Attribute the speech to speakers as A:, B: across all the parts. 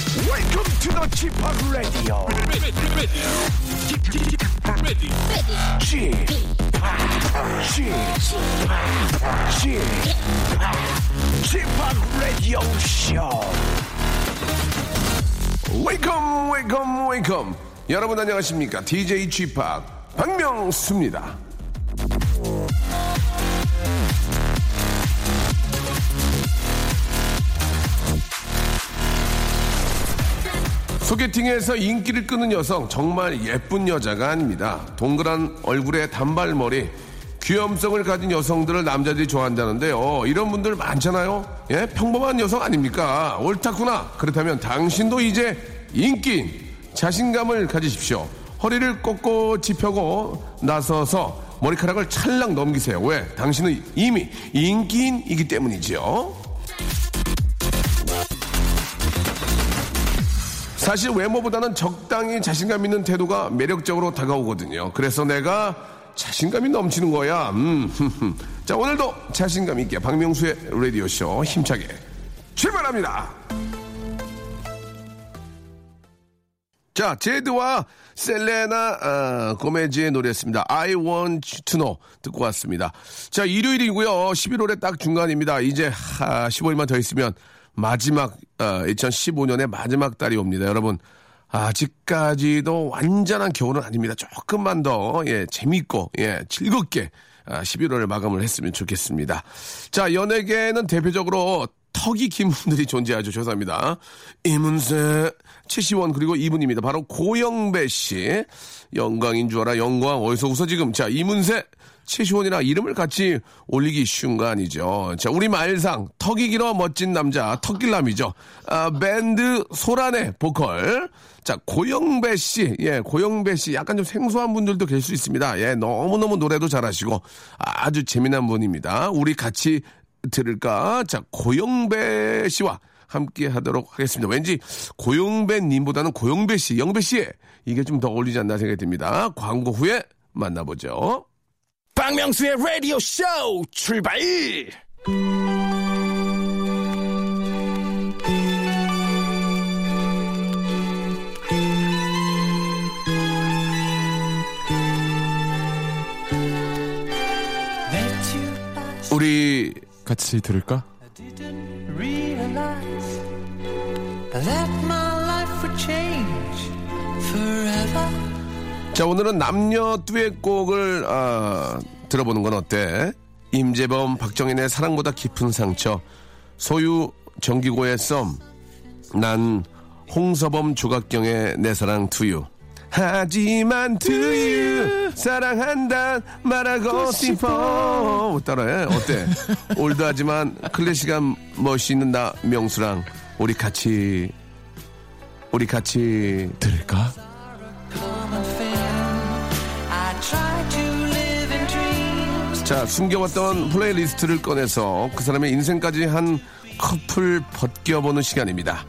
A: Welcome to the Chip Radio. Chip Chip Chip Radio Show.
B: 웨이컴 웨이컴 웨이컴 여러분 안녕하십니까 DJ 쥐팍 박명수입니다 소개팅에서 인기를 끄는 여성 정말 예쁜 여자가 아닙니다 동그란 얼굴에 단발머리 귀염성을 가진 여성들을 남자들이 좋아한다는데요 이런 분들 많잖아요 예 평범한 여성 아닙니까 옳다구나 그렇다면 당신도 이제 인기인 자신감을 가지십시오 허리를 꼿꼿이 펴고 나서서 머리카락을 찰랑 넘기세요 왜 당신은 이미 인기인이기 때문이지요 사실 외모보다는 적당히 자신감 있는 태도가 매력적으로 다가오거든요. 그래서 내가 자신감이 넘치는 거야. 음. 자, 오늘도 자신감 있게 박명수의 라디오쇼 힘차게 출발합니다. 자, 제드와 셀레나 아, 고메즈의 노래였습니다. I want to know 듣고 왔습니다. 자, 일요일이고요. 11월의 딱 중간입니다. 이제 하, 15일만 더 있으면 마지막 2015년의 마지막 달이 옵니다. 여러분 아직까지도 완전한 겨울은 아닙니다. 조금만 더 예, 재밌고 예, 즐겁게 11월을 마감을 했으면 좋겠습니다. 자, 연예계는 대표적으로 턱이 긴 분들이 존재하죠. 죄송합니다. 이문세, 최시원, 그리고 이분입니다. 바로 고영배 씨. 영광인 줄 알아. 영광. 어디서 웃어 지금. 자, 이문세, 최시원이랑 이름을 같이 올리기 쉬운 거 아니죠. 자, 우리 말상. 턱이 길어 멋진 남자. 턱길남이죠. 아, 밴드 소란의 보컬. 자, 고영배 씨. 예, 고영배 씨. 약간 좀 생소한 분들도 계실 수 있습니다. 예, 너무너무 노래도 잘하시고 아주 재미난 분입니다. 우리 같이 들을까? 자, 고영배 씨와 함께 하도록 하겠습니다. 왠지 고영배 님보다는 고영배 씨, 영배 씨 이게 좀 더 어울리지 않나 생각이 듭니다. 광고 후에 만나보죠.
A: 박명수의 라디오 쇼 출발!
B: 우리
C: 같이 들을까?
D: realize that my life would change forever.
B: 자, 오늘은 남녀 듀엣곡을 아, 들어보는 건 어때? 임재범, 박정현의 사랑보다 깊은 상처, 소유 정기고의 썸, 난 홍서범 조각경의 내 사랑 투유. 하지만 투유 사랑한다 말하고 싶어 따라해 어때 올드하지만 클래식한 멋이 있는 나 명수랑 우리 같이 우리 같이
C: 들을까?
D: Come and fail. I try to live in dreams.
B: 자, 숨겨왔던 플레이리스트를 꺼내서 그 사람의 인생까지 한 커플 벗겨보는 시간입니다.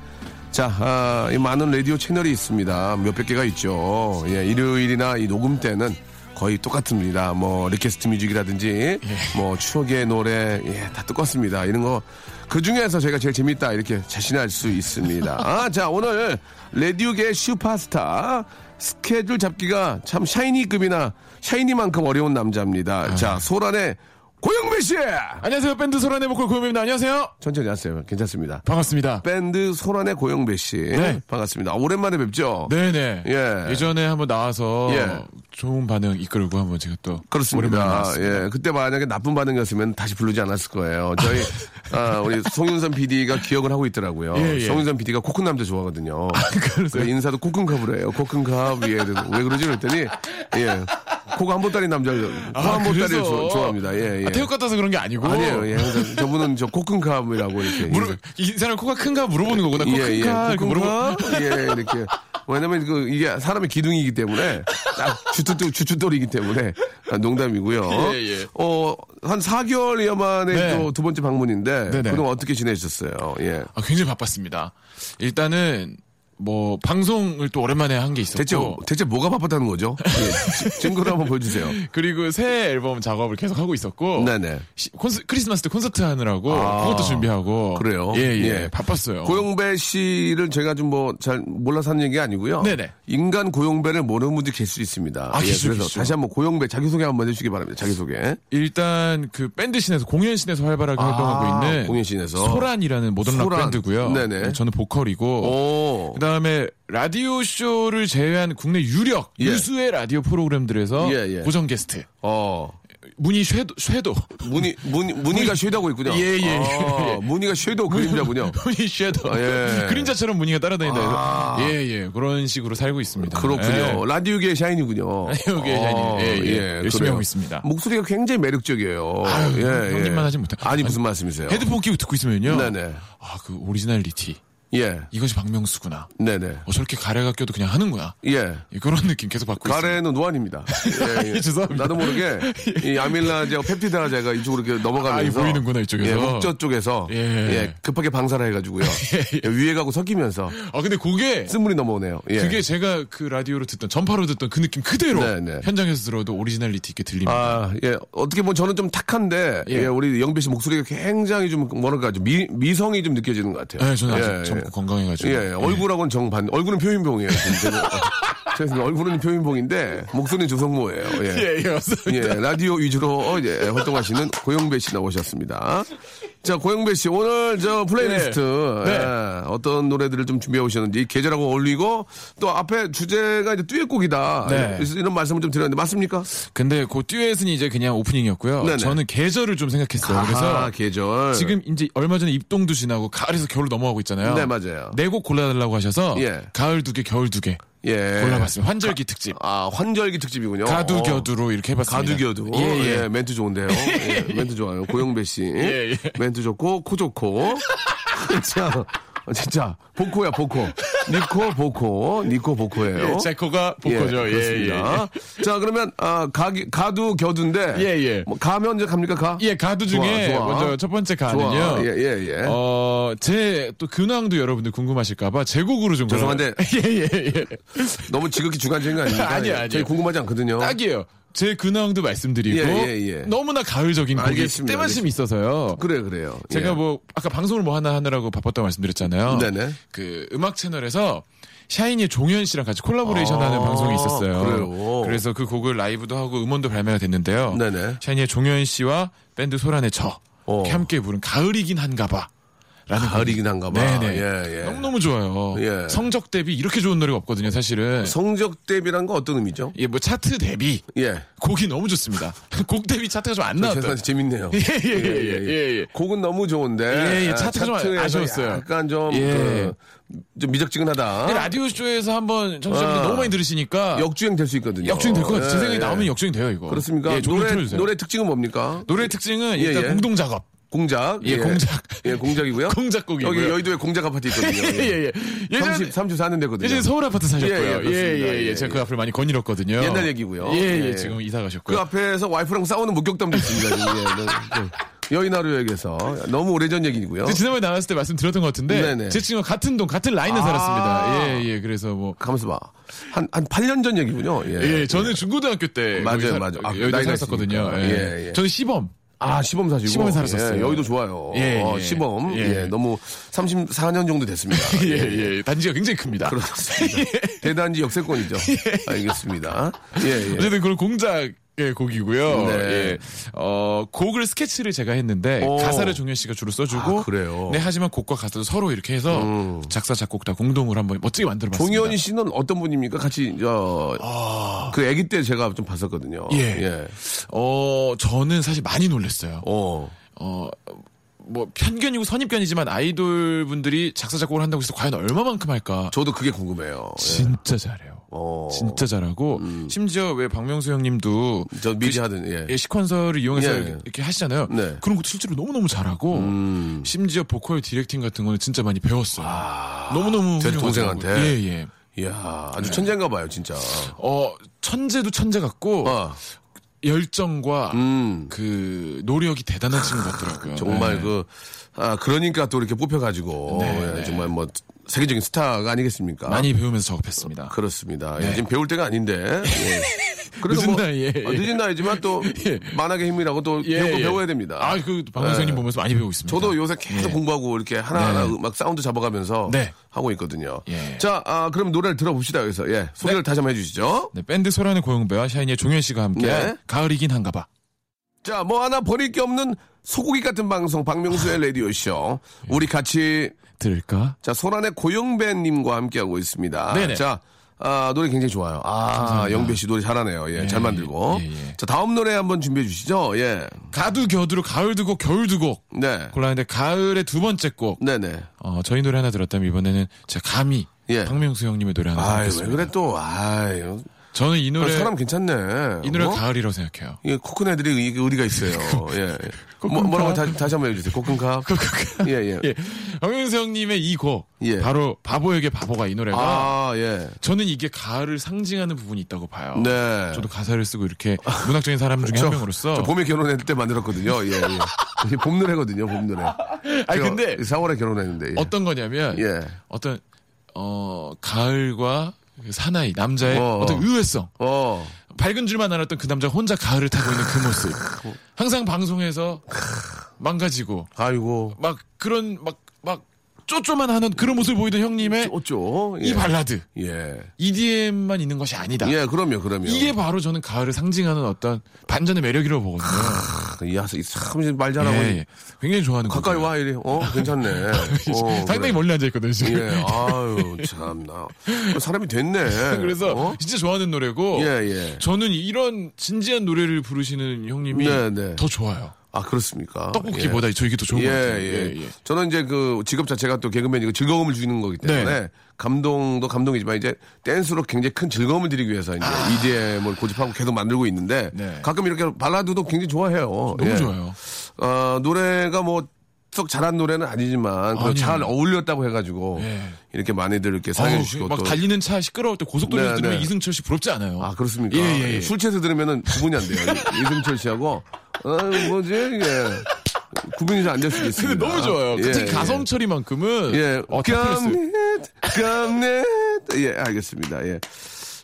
B: 자, 아, 이 많은 라디오 채널이 있습니다. 몇백 개가 있죠. 예, 일요일이나 이 녹음 때는 거의 똑같습니다. 뭐, 리퀘스트 뮤직이라든지, 뭐, 추억의 노래, 예, 다 똑같습니다. 이런 거, 그 중에서 제가 제일 재밌다, 이렇게 자신할 수 있습니다. 아, 자, 오늘 라디오계 슈퍼스타, 스케줄 잡기가 참 샤이니급이나 샤이니만큼 어려운 남자입니다.
C: 아.
B: 자, 소란의 고영배 씨!
C: 안녕하세요 밴드 소란의 보컬 고현입니다. 안녕하세요.
B: 천천히 하세요. 괜찮습니다.
C: 반갑습니다.
B: 밴드 소란의 고영배 씨.
C: 네.
B: 반갑습니다. 오랜만에 뵙죠?
C: 네네.
B: 예.
C: 예전에 한번 나와서
B: 예.
C: 좋은 반응 이끌고 한번 제가 또 오랜만에
B: 그렇습니다.
C: 나왔습니다.
B: 예, 그때 만약에 나쁜 반응이었으면 다시 부르지 않았을 거예요. 저희 아, 우리 송윤선 PD가 기억을 하고 있더라고요.
C: 예, 예.
B: 송윤선 PD가 코큰 남자 좋아하거든요. 그래서 인사도 코큰캅으로 해요. 코큰캅 예, 그래서 왜 그러지 그랬더니 예, 코가 한 번 딸린 남자, 코한 번 딸린
C: 아, 그래서?
B: 좋아합니다. 예, 예.
C: 아, 태국 같아서 그런 게 아니고
B: 아니에요. 예, 항상 저분은 저 코큰캅이라고 이렇게
C: 물어, 이 사람 코가 큰가 물어보는 거구나. 코
B: 예, 예.
C: 큰가 이렇게 물어보.
B: 꾹꾹 예, 이렇게. 왜냐면 그 이게 사람의 기둥이기 때문에 딱 주춧돌 주춧돌이기 때문에 아, 농담이고요.
C: 예, 예.
B: 어한 4개월여 만에
C: 네.
B: 또 두 번째 방문인데
C: 네네.
B: 그동안 어떻게 지내셨어요? 예.
C: 아, 굉장히 바빴습니다. 일단은 뭐 방송을 또 오랜만에 한 게 있었고
B: 대체 대체 뭐가 바빴다는 거죠? 예, 지- 증거를 한번 보여주세요.
C: 그리고 새 앨범 작업을 계속 하고 있었고
B: 네네. 아,
C: 시- 콘서- 크리스마스 때 콘서트 하느라고 그것도 준비하고
B: 그래요?
C: 예예
B: 예.
C: 바빴어요.
B: 고용배 씨를 제가 좀 뭐 잘 몰라서 하는 얘기 아니고요.
C: 네네.
B: 인간 고용배를 모르는 분들 계수 있습니다. 예,
C: 아, 계실 수
B: 그래서
C: 있죠.
B: 다시 한번 고용배 자기소개 한번 해주시기 바랍니다. 자기소개.
C: 일단 그 밴드 신에서 공연 신에서 활발하게 활동하고 있는
B: 아, 공연신에서.
C: 소란이라는 모던락
B: 소란.
C: 밴드고요.
B: 네네.
C: 네, 저는 보컬이고
B: 오.
C: 그다음에 라디오 쇼를 제외한 국내 유력
B: 예.
C: 유수의 라디오 프로그램들에서
B: 예, 예.
C: 고정 게스트
B: 어.
C: 문희 쉐도 쉐도
B: 문이, 문이, 문이가 쉐다고 있군요.
C: 예, 예,
B: 아,
C: 예.
B: 문이가 쉐도 그림자군요.
C: 문희 쉐도
B: 아, 예. 아.
C: 그림자처럼 문희가 따라다닌다 해서 예예 그런 식으로 살고 있습니다. 예.
B: 그렇군요. 라디오계의 샤인이군요.
C: 네. 라디오계의
B: 어,
C: 샤인이. 예, 예. 열심히
B: 그래요.
C: 하고 있습니다.
B: 목소리가 굉장히 매력적이에요. 예,
C: 아유, 형님만 하지 못해.
B: 아니, 무슨 말씀이세요?
C: 예. 헤드폰 끼고 듣고 있으면요.
B: 네네.
C: 아 그 오리지널리티
B: 예.
C: 이것이 박명수구나.
B: 네네.
C: 어, 저렇게 가래가 껴도 그냥 하는구나.
B: 예.
C: 예, 그런 느낌 계속 받고 있습니다.
B: 가래는 노안입니다. 예, 예.
C: 예, 죄송합니다.
B: 나도 모르게 이 아밀라제와 펩티드라제가 이쪽으로 이렇게 넘어가면서
C: 아, 이 보이는구나, 이쪽에서.
B: 예, 목젖 쪽에서
C: 예.
B: 예, 급하게 방사를 해가지고요 예, 위에 가고 섞이면서
C: 아 근데 그게
B: 쓴물이 넘어오네요. 예.
C: 그게 제가 그 라디오로 듣던 전파로 듣던 그 느낌 그대로
B: 네, 네.
C: 현장에서 들어도 오리지널리티 있게 들립니다.
B: 아, 예. 어떻게 보면 저는 좀 탁한데, 예.
C: 예.
B: 우리 영배 씨 목소리가 굉장히 좀, 뭐랄까, 좀 미, 미성이 좀 느껴지는 것 같아요.
C: 네, 저는 아직
B: 예,
C: 젊고
B: 예.
C: 건강해가지고.
B: 예, 예. 얼굴하고는 정반, 얼굴은 표인봉이에요. 지금 제가. 제가 지금 얼굴은 표인봉인데, 목소리는 조성모예요. 예.
C: 예, 예, 맞습니다.
B: 예, 라디오 위주로 어, 예, 활동하시는 고영배 씨 나오셨습니다. 자, 고영배 씨, 오늘 저 플레이리스트,
C: 네.
B: 예, 어떤 노래들을 좀 준비해 오셨는지, 계절하고 어울리고, 또 앞에 주제가 이제 듀엣곡이다.
C: 네.
B: 이런- 이런 말씀을 좀 드렸는데, 맞습니까?
C: 근데 그 듀엣은 이제 그냥 오프닝이었고요.
B: 네네.
C: 저는 계절을 좀 생각했어요.
B: 아하,
C: 그래서
B: 계절.
C: 지금 이제 얼마 전에 입동도 지나고 가을에서 겨울 넘어가고 있잖아요.
B: 네, 맞아요.
C: 네 곡 골라달라고 하셔서
B: 예.
C: 가을 두 개, 겨울 두 개
B: 예.
C: 골라봤습니다. 환절기 특집.
B: 아, 환절기 특집이군요. 어.
C: 가두겨두로 이렇게 해봤습니다.
B: 가두겨두.
C: 예,
B: 예,
C: 예.
B: 멘트 좋은데요. 예, 멘트 좋아요. 고영배 씨.
C: 예, 예.
B: 멘트 좋고, 코 좋고. 진짜, 진짜. 보코야, 보코. 니코, 보코. 니코, 보코예요.
C: 예, 제코가 보컬죠. 예,
B: 그렇습니다.
C: 예.
B: 자, 그러면, 아, 가, 가두, 겨두인데.
C: 예, 예.
B: 뭐, 가면 이제 갑니까, 가?
C: 예, 가두 중에
B: 좋아, 좋아.
C: 먼저 첫 번째 가는요.
B: 좋아. 예, 예, 예.
C: 어, 제 또 근황도 여러분들 궁금하실까봐 제 곡으로 좀.
B: 죄송한데.
C: 골라- 예, 예, 예.
B: 너무 지극히 주관적인 거 아닙니까?
C: 아니요,
B: 예.
C: 아니요.
B: 저희 궁금하지 않거든요.
C: 딱이에요. 제 근황도 말씀드리고.
B: 어? 예, 예, 예.
C: 너무나 가을적인 곡이
B: 알겠습니다,
C: 때마침 있어서요.
B: 그래, 그래요.
C: 제가
B: 예.
C: 뭐, 아까 방송을 뭐 하나 하느라고 바빴다고 말씀드렸잖아요.
B: 네네.
C: 그 음악 채널에서 샤이니의 종현 씨랑 같이 콜라보레이션 하는
B: 아,
C: 방송이 있었어요.
B: 그래요?
C: 래서그 곡을 라이브도 하고 음원도 발매가 됐는데요.
B: 네네.
C: 샤이니의 종현 씨와 밴드 소란의 저.
B: 어.
C: 이렇게 함께 부른 가을이긴 한가 봐. 라는
B: 가을이긴 한가 봐.
C: 네네.
B: 예, 예.
C: 너무너무 좋아요.
B: 예.
C: 성적 대비 이렇게 좋은 노래가 없거든요, 사실은.
B: 성적 대비란 건 어떤 의미죠?
C: 예, 뭐 차트 대비
B: 예.
C: 곡이 너무 좋습니다. 곡 대비 차트가 좀 안 나왔다.
B: 죄송한데 재밌네요.
C: 예, 예, 예, 예, 예.
B: 곡은 너무 좋은데
C: 예, 예, 차트가 좀
B: 차트에서
C: 아쉬웠어요.
B: 약간 좀,
C: 예.
B: 그, 좀 미적지근하다.
C: 라디오 쇼에서 한번 청취자분들
B: 아.
C: 너무 많이 들으시니까
B: 역주행 될 수 있거든요.
C: 역, 주행 될 것 같아요. 제
B: 예,
C: 생각에
B: 예.
C: 나오면 역주행 돼요 이거.
B: 그렇습니까?
C: 예, 노래
B: 노래
C: 틀어주세요. 노래
B: 노래 특징은 뭡니까?
C: 노래 특징은 일단
B: 예.
C: 공동 작업.
B: 공작.
C: 예, 공작.
B: 예, 공작이고요.
C: 공작곡이고요.
B: 여기 여의도에 공작 아파트 있거든요.
C: 예, 예, 예. 예전에
B: 30, 30 사는 데거든요.
C: 예전에 서울 아파트
B: 예, 예,
C: 사셨고요. 예, 예,
B: 그렇습니다.
C: 예.
B: 예,
C: 제가
B: 예.
C: 그 앞을 많이 거닐었거든요.
B: 옛날 얘기고요.
C: 예, 예.
B: 예.
C: 지금 이사 가셨고요.
B: 그 앞에서 와이프랑 싸우는 목격담도 있습니다. 지금. 예, 네, 네. 여의나루역에서 너무 오래전 얘기고요.
C: 근데 지난번에 나왔을 때 말씀드렸던 것 같은데
B: 어? 네네.
C: 제 친구가 같은 동 같은 라인에
B: 아.
C: 살았습니다. 예, 예. 그래서 뭐
B: 가만있어 봐. 한, 한 8년 전 얘기군요.
C: 예, 저는 중고등학교 때
B: 네. 맞아요,
C: 거기 살-
B: 맞아요. 아,
C: 여기도
B: 나이가
C: 살았었거든요.
B: 있으니까.
C: 예.
B: 예, 예.
C: 저는 시범.
B: 아, 시범 사시고.
C: 시범에 살았었어요.
B: 예, 여의도 좋아요.
C: 예,
B: 어,
C: 예.
B: 시범. 예.
C: 예.
B: 너무 34년 정도 됐습니다.
C: 예, 예. 단지가 굉장히 큽니다.
B: 그렇습니다. 대단지 역세권이죠.
C: 예.
B: 알겠습니다. 예, 예.
C: 어쨌든 그걸 공작의 곡이고요.
B: 네.
C: 예. 어, 곡을 스케치를 제가 했는데
B: 오.
C: 가사를 종현 씨가 주로 써주고
B: 아, 그래요? 음.
C: 네, 하지만 곡과 가사도 서로 이렇게 해서 작사 작곡 다 공동으로 한번 멋지게 만들어봤습니다.
B: 종현이 씨는 어떤 분입니까? 같이, 어, 그 아기 때 제가 좀 봤었거든요.
C: 예. 어, 저는 사실 많이 놀랐어요.
B: 어.
C: 어, 뭐 편견이고 선입견이지만 아이돌 분들이 작사 작곡을 한다고 해서 과연 얼마만큼 할까?
B: 저도 그게 궁금해요. 예.
C: 진짜 잘해요.
B: 어. 음.
C: 진짜 잘하고 심지어 왜 박명수 형님도
B: 저 미리 하던, 예.
C: 예, 시퀀서를 이용해서
B: 예, 예.
C: 이렇게 하시잖아요.
B: 네. 음.
C: 그런 것도 실제로 너무너무 잘하고 심지어 보컬 디렉팅 같은 거는 진짜 많이 배웠어요. 너무너무
B: 제
C: 훌륭하더라고요.
B: 아. 동생한테?
C: 예, 예.
B: 이야, 아주 천재인가 봐요, 진짜.
C: 어, 천재도 천재 같고
B: 어.
C: 열정과
B: 음.
C: 그 노력이 대단한 친구 같더라고요.
B: 정말
C: 네.
B: 그, 아, 그러니까 또 이렇게 뽑혀가지고,
C: 네,
B: 예,
C: 네.
B: 정말 뭐, 세계적인 스타가 아니겠습니까?
C: 많이 배우면서 작업했습니다.
B: 그렇습니다.
C: 네.
B: 예, 지금 배울 때가 아닌데. 예.
C: 늦은 나이에,
B: 아,
C: 예.
B: 늦은 나이지만 또
C: 예.
B: 만학의 힘이라고 또
C: 예,
B: 배운 거
C: 예.
B: 배워야 됩니다.
C: 아, 그 방송님
B: 예.
C: 보면서 많이 배우고 있습니다.
B: 저도 요새 계속
C: 예.
B: 공부하고 이렇게 하나하나
C: 네.
B: 막 사운드 잡아가면서
C: 네.
B: 하고 있거든요.
C: 예.
B: 자, 아, 그럼 노래를 들어봅시다. 여기서 예, 소개를 다시 한번 해주시죠.
C: 네, 밴드 소란의 고영배와 샤이니의 종현 씨가 함께
B: 네.
C: 가을이긴 한가봐.
B: 자, 뭐 하나 버릴 게 없는 소고기 같은 방송
C: 아.
B: 박명수의 라디오 쇼. 우리 같이
C: 들을까?
B: 자, 소란의 고영배님과 함께하고 있습니다.
C: 네네.
B: 자, 아, 노래 굉장히 좋아요. 아, 영배 씨 노래 잘하네요. 예, 잘 만들고.
C: 예, 예.
B: 자, 다음 노래 한번 준비해 주시죠. 예.
C: 가두 겨두로 가을 두곡 겨울 두곡
B: 네.
C: 골랐는데 가을의 두 번째 곡
B: 네네.
C: 어, 저희 노래 하나 들었다면 이번에는 제가 감히
B: 예.
C: 박명수 형님의 노래 하나
B: 아이, 왜
C: 듣겠습니다.
B: 그래 또. 아이,
C: 저는 이 노래
B: 사람 괜찮네.
C: 이 노래
B: 어?
C: 가을이라고 생각해요.
B: 예, 코큰 애들이 의- 의리가 있어요. 예. 뭐,
C: 코큰캅.
B: 뭐라고 다, 다시 한번 해주세요. 코큰캅. 예, 예.
C: 예. 박명수 형님의 이 곡
B: 예.
C: 바로 바보에게 바보가 이 노래가
B: 아, 예.
C: 저는 이게 가을을 상징하는 부분이 있다고 봐요.
B: 네.
C: 저도 가사를 쓰고 이렇게 문학적인 사람 중에
B: 저-
C: 한 명으로서
B: 저 봄에 결혼했을 때 만들었거든요. 예, 예. 이게 봄 노래거든요, 봄 노래.
C: 아니, 근데
B: 4월에 결혼했는데. 예.
C: 어떤 거냐면
B: 예.
C: 어떤 어 가을과 그 사나이 남자의
B: 어,
C: 어, 떤
B: 어.
C: 의외성
B: 어.
C: 밝은 줄만 알았던 그 남자 혼자 가을을 타고 있는 그 모습 항상 방송에서 망가지고
B: 아이고.
C: 막 그런 막 막 쪼쪼만 하는 그런 모습을 보이던 형님의
B: 어쩌? 예.
C: 이 발라드
B: 예.
C: EDM만 있는 것이 아니다
B: 예, 그럼요, 그럼요.
C: 이게 바로 저는 가을을 상징하는 어떤 반전의 매력이라고 보거든요
B: 크, 야, 참말 잘하고.
C: 예, 예. 굉장히 좋아하는
B: 가까이
C: 곡이에요.
B: 와, 이래. 어, 괜찮네. 어,
C: 상당히
B: 그래.
C: 멀리 앉아있거든요 지금
B: 예, 아유, 참나. 어, 사람이 됐네.
C: 그래서
B: 어?
C: 진짜 좋아하는 노래고
B: 예, 예.
C: 저는 이런 진지한 노래를 부르시는 형님이
B: 네, 네.
C: 더 좋아요.
B: 아, 그렇습니까?
C: 떡볶이보다 저 이게 더 좋은
B: 예,
C: 것 같아요.
B: 예, 예, 저는 이제 그 직업 자체가 또 개그맨이고 즐거움을 주는 거기 때문에
C: 네.
B: 감동도 감동이지만 이제 댄스로 굉장히 큰 즐거움을 드리기 위해서 이제 EDM을 고집하고 계속 만들고 있는데
C: 아. 네.
B: 가끔 이렇게 발라드도 굉장히 좋아해요. 예.
C: 너무 좋아요.
B: 어, 노래가 뭐 썩 잘한 노래는 아니지만 그래도
C: 아니요.
B: 잘 어울렸다고 해가지고
C: 예.
B: 이렇게 많이들 이렇게 사랑해
C: 아우,
B: 주시고
C: 막
B: 또
C: 달리는 차 시끄러울 때 고속도로에서
B: 네,
C: 들으면
B: 네.
C: 이승철 씨 부럽지 않아요.
B: 아 그렇습니까?
C: 예, 예, 예.
B: 술 취해서 들으면은 구분이 안 돼요. 이- 이승철 씨하고 어 뭐지 이게 구분이 잘 안 될 수도
C: 근데
B: 있습니다.
C: 너무 좋아요. 그
B: 예,
C: 특히
B: 예.
C: 가성철이만큼은
B: 예,
C: 어, 탑클래스.
B: 감넷, 감넷. 예, 알겠습니다. 예.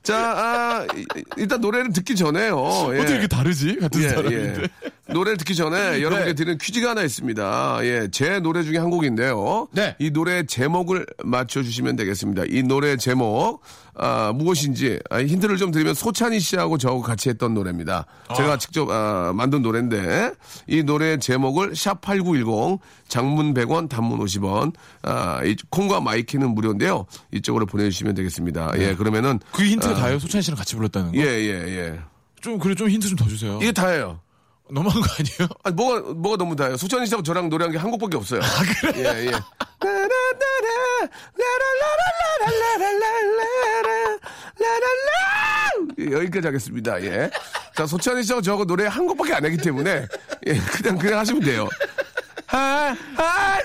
B: 자, 아, 이- 일단 노래를 듣기 전에요. 예.
C: 어떻게 이렇게 다르지? 같은
B: 예,
C: 사람인데.
B: 예. 노래를 듣기 전에 여러분께 드리는 퀴즈가 하나 있습니다. 예, 제 노래 중에 한 곡인데요.
C: 네.
B: 이 노래 제목을 맞춰주시면 되겠습니다. 이 노래 제목, 아, 무엇인지, 아, 힌트를 좀 드리면 소찬희 씨하고 저하고 같이 했던 노래입니다. 제가 직접 아, 만든 노래인데, 이 노래 제목을 샵8910, 장문 100원, 단문 50원, 아, 이 콩과 마이키는 무료인데요. 이쪽으로 보내주시면 되겠습니다. 예, 그러면은.
C: 그 힌트 다요. 소찬 씨랑 같이 불렀다는 거.
B: 아. 예, 예, 예.
C: 좀 그래 좀 힌트 좀 더 주세요.
B: 이게 다예요.
C: 너무한 거 아니에요?
B: 아니, 뭐가, 뭐가 너무 다요. 소찬이 씨하고 저랑 노래한 게 한 곡밖에 없어요. 아, 그래? 예, 예. 예, 여기까지 하겠습니다. 예. 자, 소찬이 씨하고 저하고 노래 한 곡밖에 안 하기 때문에, 예, 그냥, 그냥 하시면 돼요. 아, 아,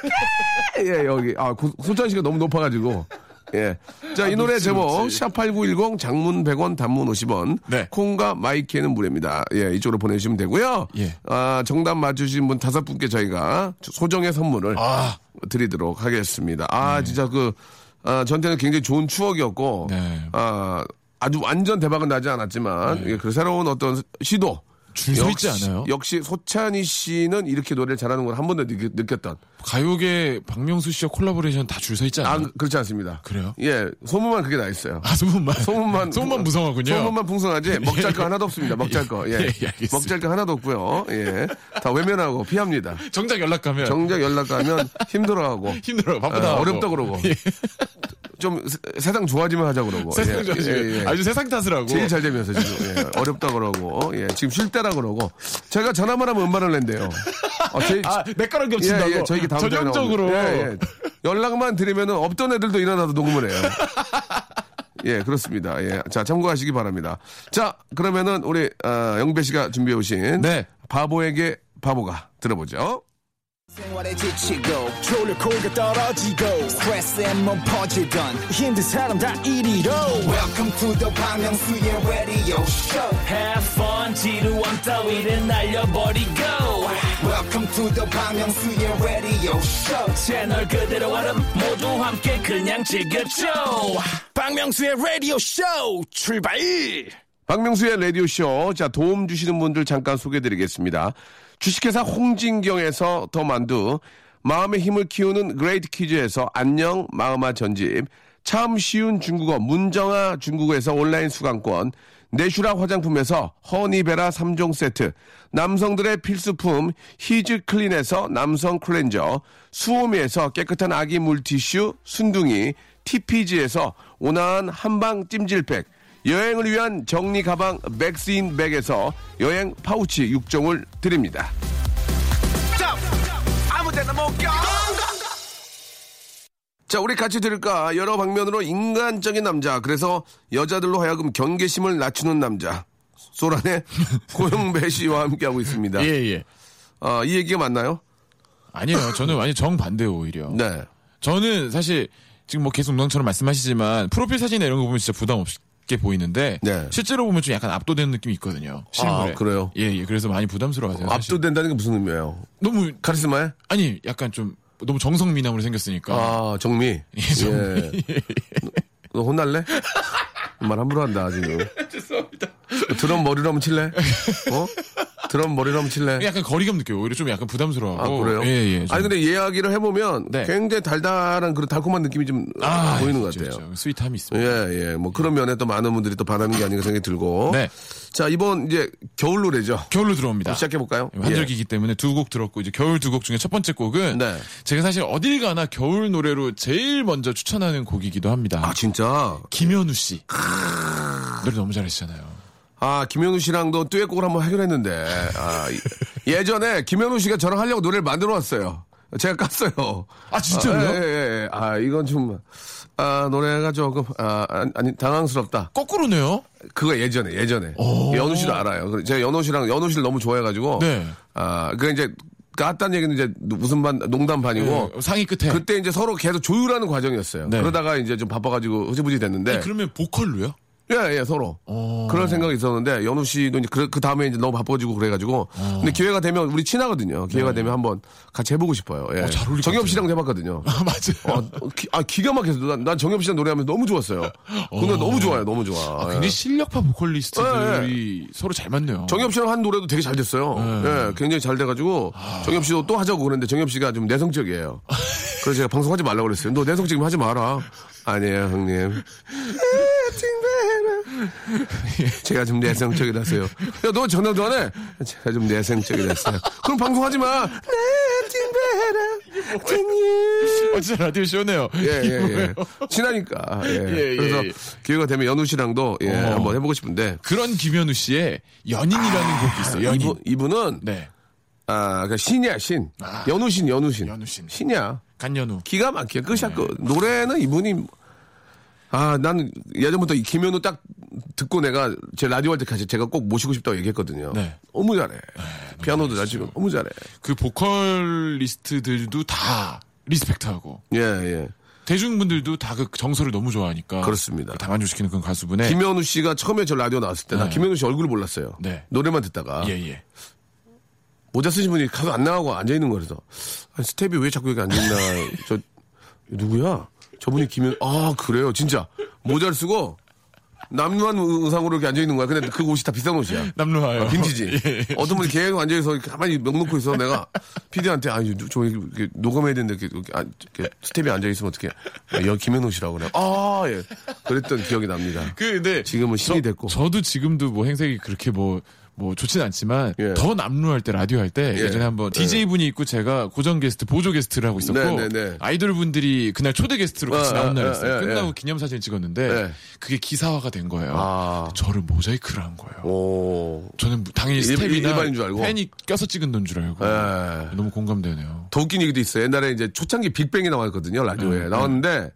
B: 예, 예, 여기. 아, 고- 소찬이 씨가 너무 높아가지고. 예. 자, 이 노래 제목, 샵8910 장문 100원, 단문 50원.
C: 네.
B: 콩과 마이키에는 무료입니다. 예, 이쪽으로 보내주시면 되고요.
C: 예.
B: 아, 정답 맞추신 분 다섯 분께 저희가 소정의 선물을
C: 아.
B: 드리도록 하겠습니다. 아, 진짜 그, 아, 저한테는 굉장히 좋은 추억이었고,
C: 네.
B: 아, 아주 완전 대박은 나지 않았지만, 예, 그 새로운 어떤 시도,
C: 줄서 네. 그 있지 않아요?
B: 역시 소찬희 씨는 이렇게 노래를 잘하는 걸 한 번도 느꼈- 느꼈던.
C: 가요계 박명수 씨와 콜라보레이션 다 줄 서 있지
B: 아,
C: 않아요?
B: 그렇지 않습니다.
C: 그래요?
B: 예, 소문만 그게 나 있어요.
C: 아, 소문만.
B: 소문만
C: 소문만 무성하군요.
B: 소문만 풍성하지 먹잘 거 하나도 없습니다. 먹잘 거. 예.
C: 예, 예, 알겠습니다.
B: 먹잘 거 하나도 없고요. 예. 다 외면하고 피합니다.
C: 정작 연락 가면
B: 정작 연락 가면 힘들어하고
C: 힘들어요.
B: 예,
C: 바쁘다.
B: 어렵다 그러고 좀 세, 세상 좋아지면 하자 그러고
C: 세상
B: 예,
C: 자식.
B: 예, 예.
C: 아주 세상 탓을 하고.
B: 제일 잘 되면서 지금 예, 어렵다 그러고 예, 지금 쉴 때라 그러고 제가 전화만 하면 음반을 낸대요. 아, 제,
C: 아, 내 거랑
B: 예,
C: 겹친다고.
B: 예, 저에게 다음 주에
C: 전형적으로.
B: 나옵니다. 예, 예. 연락만 드리면은 없던 애들도 일어나서 녹음을 해요. 예, 그렇습니다. 예, 자 참고하시기 바랍니다. 자, 그러면은 우리 어, 영배 씨가 준비해 오신
C: 네.
B: 바보에게 바보가 들어보죠.
E: 생활에 지치고, 졸려 코가 떨어지고, 스트레스에 몸 퍼지던, 힘든 사람 다 이리로. welcome to the Bang Myung-soo's radio show
F: Have fun 지루한 따위를 날려버리고
E: welcome to the Bang Myung-soo's radio show
F: 채널 그대로 얼음 모두 함께 그냥 즐겨줘
A: 박명수의 라디오 쇼 출발
B: 박명수의 라디오쇼. 자, 도움 주시는 분들 잠깐 소개해드리겠습니다. 주식회사 홍진경에서 더 만두, 마음의 힘을 키우는 그레이트 퀴즈에서 안녕, 마음아 전집, 참 쉬운 중국어, 문정아 중국어에서 온라인 수강권, 내슈라 화장품에서 허니베라 3종 세트, 남성들의 필수품 히즈 클린에서 남성 클렌저, 수오미에서 깨끗한 아기 물티슈, 순둥이, TPG에서 온화한 한방 찜질팩, 여행을 위한 정리 가방 맥스인 백에서 여행 파우치 6종을 드립니다. 자, 우리 같이 들을까? 여러 방면으로 인간적인 남자. 그래서 여자들로 하여금 경계심을 낮추는 남자. 소란의 고영배 씨와 함께하고 있습니다.
C: 예, 예.
B: 아, 이 얘기가 맞나요?
C: 아니에요. 저는 완전 정반대요, 오히려.
B: 네.
C: 저는 사실 지금 뭐 계속 농처럼 말씀하시지만 프로필 사진이나 이런 거 보면 진짜 부담 없게 보이는데
B: 네.
C: 실제로 보면 좀 약간 압도되는 느낌이 있거든요. 실물에.
B: 아, 그래요?
C: 예, 예. 그래서 많이 부담스러워하세요. 사실.
B: 압도된다는 게 무슨 의미예요?
C: 너무
B: 카리스마에?
C: 아니 약간 좀 너무 정성 미남으로 생겼으니까.
B: 아, 정미.
C: 예, 정미.
B: 예. 너, 너 혼날래? 말 함부로 한다, 지금. 죄송합니다. 드럼 머리로 한번 칠래? 어? 드럼 머리로 한번 칠래?
C: 약간 거리감 느껴요. 오히려 좀 약간 부담스러워하고.
B: 아, 그래요?
C: 예, 예. 좀.
B: 아니, 근데 이야기를 해보면
C: 네.
B: 굉장히 달달한 그런 달콤한 느낌이 좀
C: 아,
B: 보이는 것
C: 그렇죠,
B: 같아요.
C: 그렇죠. 스윗함이 있습니다.
B: 예, 예. 뭐 그런 면에 또 많은 분들이 또 반하는 게 아닌가 생각이 들고.
C: 네.
B: 자, 이번 이제 겨울 노래죠.
C: 겨울로 들어옵니다.
B: 시작해볼까요?
C: 예,
B: 예.
C: 환절기이기 때문에 두 곡 들었고 이제 겨울 두 곡 중에 첫 번째 곡은
B: 네.
C: 제가 사실 어딜 가나 겨울 노래로 제일 먼저 추천하는 곡이기도 합니다.
B: 아, 진짜?
C: 김현우 씨 노래 너무 잘하시잖아요.
B: 아, 김현우 씨랑도 듀엣곡을 한번 해결했는데, 아, 이- 예전에 김현우 씨가 저랑 하려고 노래를 만들어 왔어요. 제가 깠어요.
C: 아, 진짜로요?
B: 아, 예, 예, 예. 아, 이건 좀, 아, 노래가 조금, 아, 아니, 아니, 당황스럽다.
C: 거꾸로네요.
B: 그거 예전에, 예전에. 연우 씨도 알아요. 그래, 제가 연우 씨랑, 연우 씨를 너무 좋아해가지고,
C: 네.
B: 아, 그 이제, 깠다는 얘기는 이제 무슨 반, 농담 반이고,
C: 예, 상의 끝에.
B: 그때 이제 서로 계속 조율하는 과정이었어요.
C: 네.
B: 그러다가 이제 좀 바빠가지고 흐지부지 됐는데.
C: 그러면 보컬로요?
B: 예, 예, 서로.
C: 어.
B: 그런 생각이 있었는데, 연우 씨도 이제 그, 그 다음에 이제 너무 바빠지고 그래가지고. 근데 기회가 되면, 우리 친하거든요. 기회가 되면 한번 같이 해보고 싶어요. 예.
C: 잘 네. 어울릴 것
B: 정엽
C: 같아요.
B: 씨랑 해봤거든요.
C: 아, 맞아요.
B: 어, 기, 아, 기가 막혀서. 난, 난 정엽 씨랑 노래하면서 너무 좋았어요. 그 노래 너무 좋아요. 너무 좋아.
C: 아,
B: 예.
C: 굉장히 실력파 보컬리스트들이 서로 잘 맞네요.
B: 정엽 씨랑 한 노래도 되게 잘 됐어요.
C: 네.
B: 예, 굉장히 잘 돼가지고
C: 아.
B: 정엽 씨도 또 하자고 그랬는데 정엽 씨가 좀 내성적이에요. 그래서 제가 방송하지 말라고 그랬어요. 너 내성적이면 하지 마라. 아니에요, 형님. 제가 좀 내성적이라서요. 야, 너 전화도 안 해? 제가 좀 내성적이라서요. 그럼 방송하지 마.
C: 어, 진짜 라디오 쇼네요.
B: 예, 예, 예. 친하니까. 예.
C: 예,
B: 그래서
C: 예.
B: 기회가 되면 연우 씨랑도 예,
C: 어.
B: 한번 해보고 싶은데.
C: 그런 김현우 씨의 연인이라는 곡이 있어요. 연인.
B: 아, 이분, 이분은
C: 네.
B: 아, 그러니까 신이야, 신. 연우신, 연우신.
C: 아. 연우신. 네.
B: 신이야.
C: 간연우.
B: 기가 막혀. 끝이야. 끝. 노래는 이분이 아, 나는 예전부터 이 김현우 딱 듣고 내가 제 라디오 할 때까지 제가 꼭 모시고 싶다고 얘기했거든요.
C: 네.
B: 너무 잘해. 피아노도 잘 치고 너무 잘해.
C: 그 보컬리스트들도 다 리스펙트하고
B: 예, 예.
C: 대중분들도 다 그 정서를 너무 좋아하니까
B: 그렇습니다.
C: 다 만족시키는 그런 가수분의
B: 김현우 씨가 처음에 저 라디오 나왔을 때 나
C: 네.
B: 김현우 씨 얼굴을 몰랐어요.
C: 네.
B: 노래만 듣다가
C: 예, 예.
B: 모자 쓰신 분이 가서 안 나가고 앉아 있는 거라서 아니, 스텝이 왜 자꾸 여기 앉아 있나 저 누구야 저분이 김현 아 그래요 진짜 모자를 쓰고 남루한 의상으로 이렇게 앉아 있는 거야 근데 그 옷이 다 비싼 옷이야
C: 남루하요. 어.
B: 아,
C: 예.
B: 빈티지 어떤 분이 계속 앉아 있어 가만히 명 놓고 있어 내가 피디한테 아니 저 이렇게, 이렇게 녹음해야 되는데 이렇게, 이렇게 안- 이렇게 스텝이 앉아 있으면 어떻게 여 김현 옷이라고 그래 아예 그랬던 기억이 납니다
C: 그 근데
B: 지금은 신이 됐고
C: 저도 지금도 뭐 행색이 그렇게 뭐, 뭐 좋진 않지만
B: 예.
C: 더 남루할 때 라디오 할 때
B: 예.
C: 예. 전에 한번
B: 예.
C: DJ 분이 있고 제가 고정 게스트 보조 게스트를 하고 있었고
B: 네, 네, 네.
C: 아이돌 분들이 그날 초대 게스트로
B: 아,
C: 같이
B: 아,
C: 나온
B: 아,
C: 날이었어요.
B: 아,
C: 끝나고
B: 예.
C: 기념 사진 찍었는데
B: 예.
C: 그게 기사화가 된 거예요.
B: 아.
C: 저를 모자이크를 한 거예요.
B: 오
C: 저는 뭐 당연히
B: 일-
C: 스텝이나
B: 일반인 줄 알고.
C: 팬이 껴서 찍은 돈 줄 알고
B: 예.
C: 너무 공감되네요.
B: 더 웃긴 얘기도 있어요. 옛날에 이제
C: 네.
B: 초창기 빅뱅이 나왔거든요. 라디오에. 나왔는데,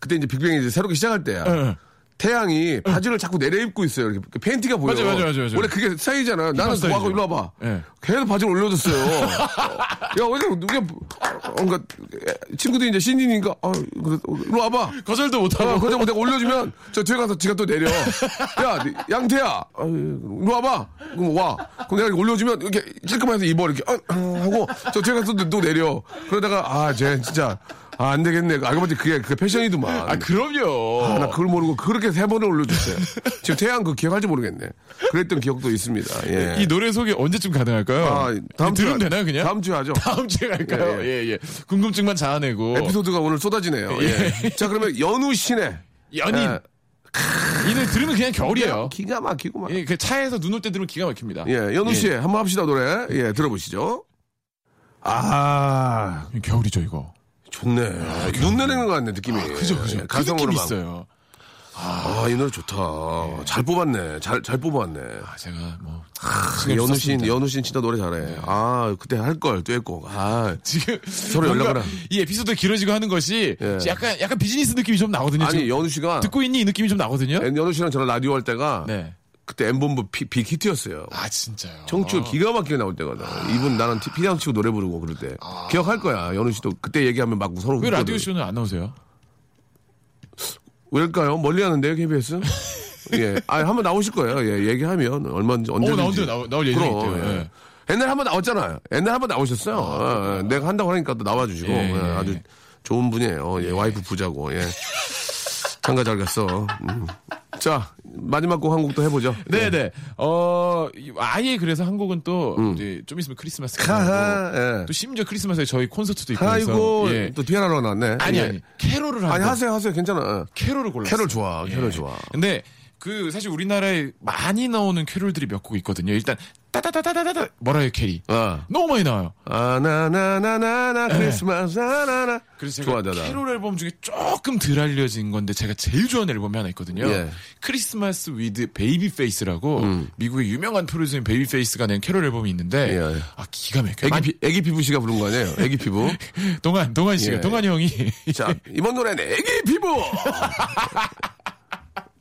B: 그때 이제 빅뱅이 이제 새롭게 시작할 때야.
C: 예.
B: 태양이 바지를 자꾸 내려입고 있어요. 이렇게 그 팬티가 보여.
C: 맞아요, 맞아요, 맞아요, 맞아요.
B: 원래 그게 사이잖아. 나는
C: 스타일이죠.
B: 와고 일로 와봐.
C: 예.
B: 계속 바지를 올려줬어요. 야, 왜 이렇게 누가 뭔가 친구들이 이제 신인이니까 아, 그래, 일로 와봐.
C: 거절도
B: 어,
C: 못하고
B: 그때 내가 올려주면 저 뒤에 가서 지가 또 내려. 야, 니- 양태야, 아유, 이리 와봐. 그럼 와. 그럼 내가 올려주면 이렇게 찔끔해서 입어 이렇게 어, 어, 하고 저 뒤에 가서 또, 또 내려. 그러다가 아쟤 진짜 아, 안 되겠네. 알고 보니 그게 그 패션이더만.
C: 아 그럼요.
B: 아, 나 그걸 모르고 그렇게 세 번을 올려줬어요. 지금 태양 그 기억할지 모르겠네. 그랬던 기억도 있습니다. 예.
C: 이 노래 소개 언제쯤 가능할까요?
B: 아, 다음 주에
C: 들으면 되나요 그냥?
B: 다음 주에 하죠.
C: 다음 주에 갈까요?
B: 예,
C: 예, 예. 궁금증만 자아내고.
B: 에피소드가 오늘 쏟아지네요. 예. 자, 그러면 연우 씨네.
C: 연인.
B: 예.
C: 이 노래 들으면 그냥 겨울이에요.
B: 기가 막히고 막.
C: 예, 그 차에서 눈 올 때 들으면 기가 막힙니다.
B: 예, 연우 씨 한번 합시다 노래. 예, 들어보시죠. 아,
C: 예. 겨울이죠, 이거.
B: 좋네. 아, 눈 내리는 것 같네 느낌이.
C: 아, 그죠, 그죠.
B: 예,
C: 그 느낌
B: 가성으로 막.
C: 있어요. 예.
B: 아, 이 노래 좋다. 잘 뽑았네. 잘 잘 뽑았네.
C: 아, 제가 뭐.
B: 았
C: 신경
B: 연우 씨,
C: 썼습니다. 예.
B: 연우 씨 진짜 노래 잘해. 아, 그때 할 걸 또 했고. 아,
C: 지금
B: 서로
C: 뭔가
B: 연락을 안-
C: 이 에피소드 길어지고 하는 것이
B: 예.
C: 약간 약간 비즈니스 느낌이 좀 나거든요.
B: 아니 예.
C: 지금
B: 연우 씨가
C: 듣고 있니 이 느낌이 좀 나거든요.
B: 엔- 연우 씨랑 저랑 라디오 할 때가
C: 네.
B: 그때 엠본부 비- 빅히트였어요.
C: 아 진짜요.
B: 청출 기가 막히게 나올 때거든. 이분 나랑 티- 피디랑 치고 노래 부르고 그럴 때 기억할 거야. 연우 씨도 그때 얘기하면 막 서로
C: 아. 왜
B: 웃거든.
C: 라디오 쇼는 안 나오세요?
B: 왜일까요? 멀리 하는데요, KBS? 예. 아, 한번 나오실 거예요. 예, 얘기하면 얼마든지 언제든지.
C: 어, 나온대요. 나올- 나올 예정이
B: 그럼,
C: 있대요.
B: 예.
C: 예. 아,
B: 옛날에 한번 나왔잖아요. 옛날에 한번 나오셨어요. 예, 예. 내가 한다고 하니까 또 나와주시고.
C: 예,
B: 예,
C: 예.
B: 아주 좋은 분이에요. 예, 와이프 부자고. 예. 장가 잘 갔어. 음. 자, 마지막 곡 한 곡도 해보죠. 예.
C: 네네. 어 이- 아예 그래서 한국은 또 이제 좀 있으면 크리스마스.
B: 음. 하하, 예.
C: 또 심지어 크리스마스에 저희 콘서트도 있고 해서.
B: 아이고,
C: 예.
B: 또 뒤에 하나 나왔네.
C: 아니
B: 예.
C: 아니 캐롤을
B: 아니,
C: 한번
B: 하세요, 하세요. 괜찮아. 예.
C: 캐롤을 골랐어요. 예.
B: 캐롤 좋아, 캐롤 좋아.
C: 근데 그 사실 우리나라에 많이 나오는 캐롤들이 몇 곡 있거든요. 일단 따다다다다다다 뭐라요 캐리.
B: 어.
C: 너무 많이 나와요.
B: 아, 아나나나나나 크리스마스 아나나
C: 예. 그래서 제가
B: 좋아 나나
C: 캐롤 앨범 중에 조금 덜 알려진 건데 제가 제일 좋아하는 앨범이 하나 있거든요.
B: 예. 음.
C: 크리스마스 위드 베이비 페이스라고 미국의 유명한 프로듀서인 베이비 페이스가 낸 캐롤 앨범이 있는데
B: 예.
C: 아 기가 막혀요.
B: 애기, 피, 애기 피부 씨가 부른 거 아니에요? 애기 피부.
C: 많이- 동안 동안 씨가
B: 예.
C: 동안 형이
B: 자, 이번 노래는 애기 피부!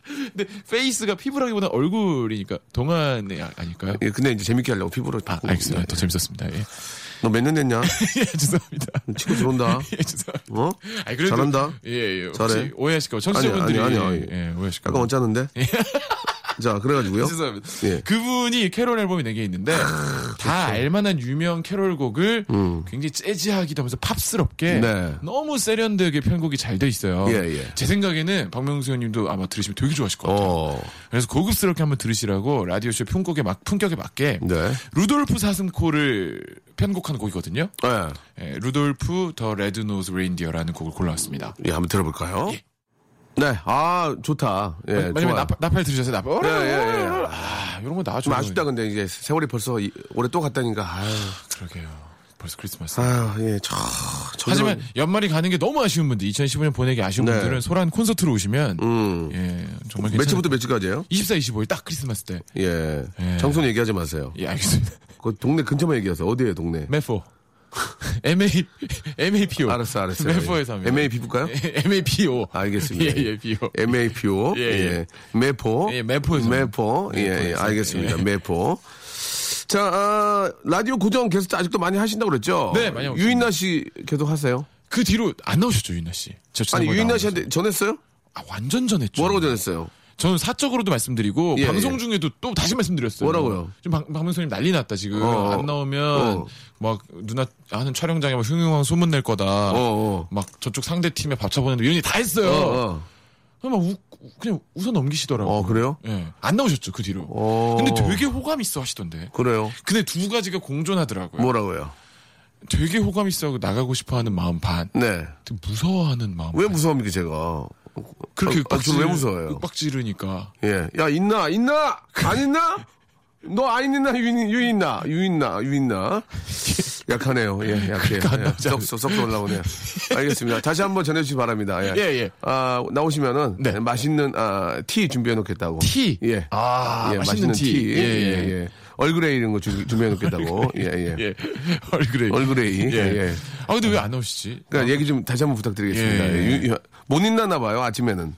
C: 근데 페이스가 피부라기보다 얼굴이니까 동안이 아- 아닐까요?
B: 예, 근데 이제 재밌게 하려고 피부로.
C: 아, 알겠습니다. 더 재밌었습니다. 예,
B: 너몇 년 됐냐?
C: 예 죄송합니다.
B: 친구 들어온다.
C: 예, 죄송합니다.
B: 어?
C: 아니, 그래도-
B: 잘한다.
C: 예, 예.
B: 잘해.
C: 잘해. 오해하실까 봐. 청취자분들이
B: 아니, 아니, 아니.
C: 예, 오해하실까
B: 약간
C: 봐.
B: 언짢은데? 자, 그래가지고요.
C: 죄송합니다.
B: 예. 아, 그렇죠.
C: 그분이 캐롤 앨범이 4개 있는데 다 알만한 유명 캐롤곡을 굉장히 재즈하기도 하면서 팝스럽게
B: 음. 네.
C: 너무 세련되게 편곡이 잘 돼 있어요.
B: 예, 예.
C: 제 생각에는 박명수 형님도 아마 들으시면 되게 좋아하실 것 같아요.
B: 어,
C: 그래서 고급스럽게 한번 들으시라고 라디오쇼 품격에 막 품격에 맞게
B: 네.
C: 루돌프 사슴코를 편곡한 곡이거든요.
B: 예.
C: 예, 루돌프 더 레드 노즈 레인디어라는 곡을 골라왔습니다.
B: 예, 한번 들어볼까요? 네, 아, 좋다. 예,
C: 마지막에
B: 좋아요.
C: 나팔, 나팔 들으셨어요? 나팔.
B: 예, 예, 예.
C: 아, 이런 거 나와줘.
B: 좀 아쉽다, 근데 이제 세월이 벌써 이- 올해 또 갔다니까. 아유,
C: 그러게요. 벌써 크리스마스.
B: 아유 예, 저, 저.
C: 하지만 연말이 가는 게 너무 아쉬운 분들, 2015년 보내기 아쉬운
B: 네.
C: 분들은 소란 콘서트로 오시면
B: 음.
C: 예 정말 괜찮.
B: 매치부터 매치까지예요
C: 24, 25일 딱 크리스마스 때.
B: 예.
C: 예.
B: 장소 는 얘기하지 마세요.
C: 예 알겠습니다.
B: 그 동네 근처만 얘기하세요. 어디에요, 동네?
C: 메포. MA MAPO.
B: 알았어, 예. 알았어요.
C: 메포에서 하면. 예.
B: MA 피부과요?
C: MAPO.
B: 알겠습니다.
C: 예예 PO.
B: MAPO. 예,
C: 예, 예.
B: 메포.
C: 예, 매포에서.
B: 매포. 예, 예,
C: 매포에서.
B: 알겠습니다.
C: 예.
B: 매포. 자, 아, 라디오 고정 게스트 아직도 많이 하신다고 그랬죠?
C: 네, 많이 하고
B: 유인나 씨 계속 하세요?
C: 그 뒤로 안 나오셨죠 유인나 씨. 저
B: 아니,
C: 지난번에
B: 유인나
C: 나오면서.
B: 씨한테 전했어요?
C: 아, 완전 전했죠.
B: 뭐라고 전했어요?
C: 저는 사적으로도 말씀드리고
B: 예,
C: 방송
B: 예.
C: 중에도 또 다시 말씀드렸어요.
B: 뭐라고요?
C: 지금 박, 박명수님 난리 났다 지금
B: 어,
C: 안 나오면
B: 어.
C: 막 누나 하는 촬영장에 막 흉흉한 소문 낼 거다.
B: 어, 어.
C: 막 저쪽 상대 팀에 밥 차보는데 이런 얘기 다 했어요.
B: 어, 어.
C: 그냥 막 우, 그냥 웃어 넘기시더라고요.
B: 어, 그래요?
C: 예. 안 나오셨죠 그 뒤로.
B: 어.
C: 근데 되게 호감 있어 하시던데.
B: 그래요?
C: 근데 두 가지가 공존하더라고요.
B: 뭐라고요?
C: 되게 호감 있어하고 나가고 싶어하는 마음 반.
B: 네.
C: 되게 무서워하는 마음.
B: 왜
C: 반.
B: 무서웁니까, 제가?
C: 그렇게
B: 아, 아, 저를 왜 무서워요?
C: 윽박지르니까.
B: 예. 야, 있나? 있나? 안 있나? 너 안 있나? 유인, 유인나? 유인나? 유인나? 약하네요. 예, 약해.
C: 그러니까
B: 예, 썩, 썩, 썩 올라오네요. 알겠습니다. 다시 한번 전해주시기 바랍니다. 예.
C: 예, 예.
B: 아, 나오시면은.
C: 네.
B: 맛있는, 아, 티 준비해놓겠다고.
C: 티?
B: 예.
C: 아,
B: 예,
C: 맛있는 티.
B: 예, 예, 예. 얼그레이 이런 거 주- 준비해놓겠다고. 예, 예.
C: 예. 얼그레이.
B: 얼그레이. 예, 예.
C: 아, 근데 왜 안 나오시지?
B: 그러니까 얘기 좀 다시 한번 부탁드리겠습니다.
C: 예, 예.
B: 유- 유- 못 있나 나 봐요, 아침에는.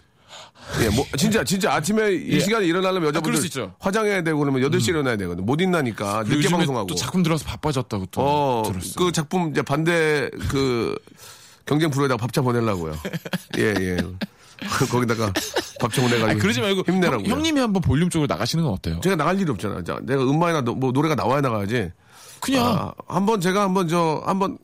B: 예, 뭐, 진짜, 진짜 아침에 이
C: 예.
B: 시간에 일어나려면
C: 그럴
B: 여자분들
C: 수 있죠.
B: 화장해야 되고 그러면 8시에 일어나야 되거든. 못 일어나니까
C: 그리고
B: 늦게
C: 요즘에
B: 방송하고.
C: 또 작품 들어와서 바빠졌다고 또
B: 어,
C: 들었어요.
B: 그 작품 이제 반대 그 경쟁 프로에다가 밥차 보내려고요. 예, 예. 거기다가 밥차 보내가지고.
C: 아니, 그러지 말고
B: 힘내라고.
C: 형, 님이 한번 볼륨 쪽으로 나가시는 건 어때요?
B: 제가 나갈 일이 없잖아. 자, 내가 음반이나 노- 뭐 노래가 나와야 나가야지.
C: 그냥
B: 아, 한번 제가 한번 저, 한번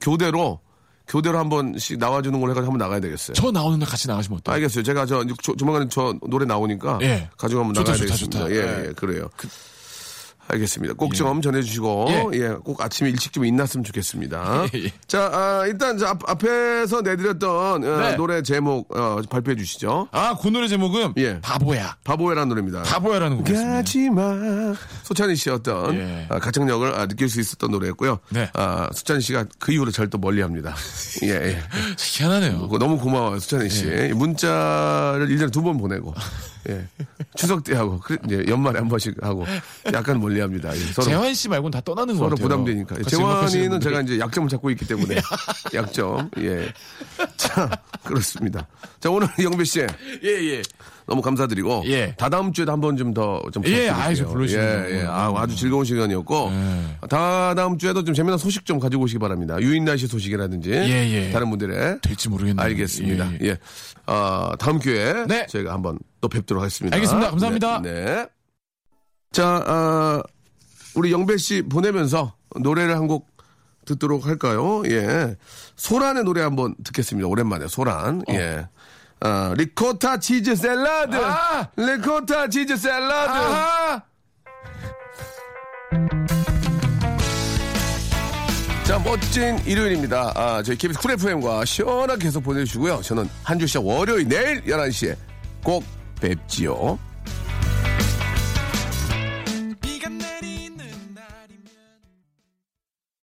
B: 교대로, 교대로 한 번씩 나와주는 걸 해가지고 한번 나가야 되겠어요.
C: 저 나오는 날 같이 나가시면 어때요?
B: 아, 알겠어요. 제가 저 이제 조- 조만간 저 노래 나오니까
C: 예.
B: 가지고 한번
C: 좋다,
B: 나가야
C: 좋다,
B: 되겠습니다.
C: 좋다.
B: 예,
C: 예.
B: 예, 그래요. 알겠습니다. 꼭 좀 전해주시고 예. 꼭 아침에 일찍 좀 일났으면 좋겠습니다.
C: 예, 예.
B: 자, 아, 일단 저 앞, 앞에서 내드렸던 어,
C: 네.
B: 노래 제목 어, 발표해 주시죠.
C: 아, 그 노래 제목은
B: 예.
C: 바보야.
B: 바보야라는 노래입니다.
C: 바보야라는 곡이었습니다.
B: 가지마 소찬희 씨의 어떤
C: 예.
B: 아, 가창력을 아, 느낄 수 있었던 노래였고요.
C: 네.
B: 아, 수찬 씨가 그 이후로 절 또 멀리합니다. 예, 예.
C: 희한하네요.
B: 그거 어, 너무 고마워요, 수찬이 씨.
C: 예.
B: 문자를 일년에 두 번 보내고, 예. 추석 때 하고, 그래, 예, 연말에 한 번씩 하고, 약간 멀리 합니다. 예, 서로,
C: 재환 씨 말고는 다 떠나는 거
B: 서로
C: 같아요.
B: 부담되니까.
C: 같이 음악하시는
B: 재환이는
C: 분들이.
B: 제가 이제 약점을 찾고 있기 때문에, 약점, 예. 자, 그렇습니다. 자, 오늘 영배 씨.
C: 예, 예.
B: 너무 감사드리고
C: 예.
B: 다다음 주에도 한 번 좀 더 좀
C: 예,
B: 부탁드릴게요.
C: 아이, 좀 불러주시면
B: 예, 예.
C: 너무
B: 아, 아주 즐거운 시간이었고
C: 예.
B: 다다음 주에도 좀 재미난 소식 좀 가지고 오시기 바랍니다. 유인나 씨 소식이라든지
C: 예.
B: 다른 분들의
C: 될지 모르겠네요.
B: 알겠습니다.
C: 예,
B: 예. 아, 다음 기회에
C: 네.
B: 저희가 한번 또 뵙도록 하겠습니다.
C: 알겠습니다. 감사합니다.
B: 네. 네. 자, 아, 우리 영배 씨 보내면서 노래를 한 곡 듣도록 할까요? 예. 소란의 노래 한번 듣겠습니다. 오랜만에 소란.
C: 어.
B: 예. 아, 리코타 치즈 샐러드.
C: 아!
B: 리코타 치즈 샐러드.
C: 아하!
B: 자, 멋진 일요일입니다. 아, 저희 KBS 쿨 FM과 시원하게 계속 보내주시고요. 저는 한 주 시작 월요일 내일 11시에 꼭 뵙지요.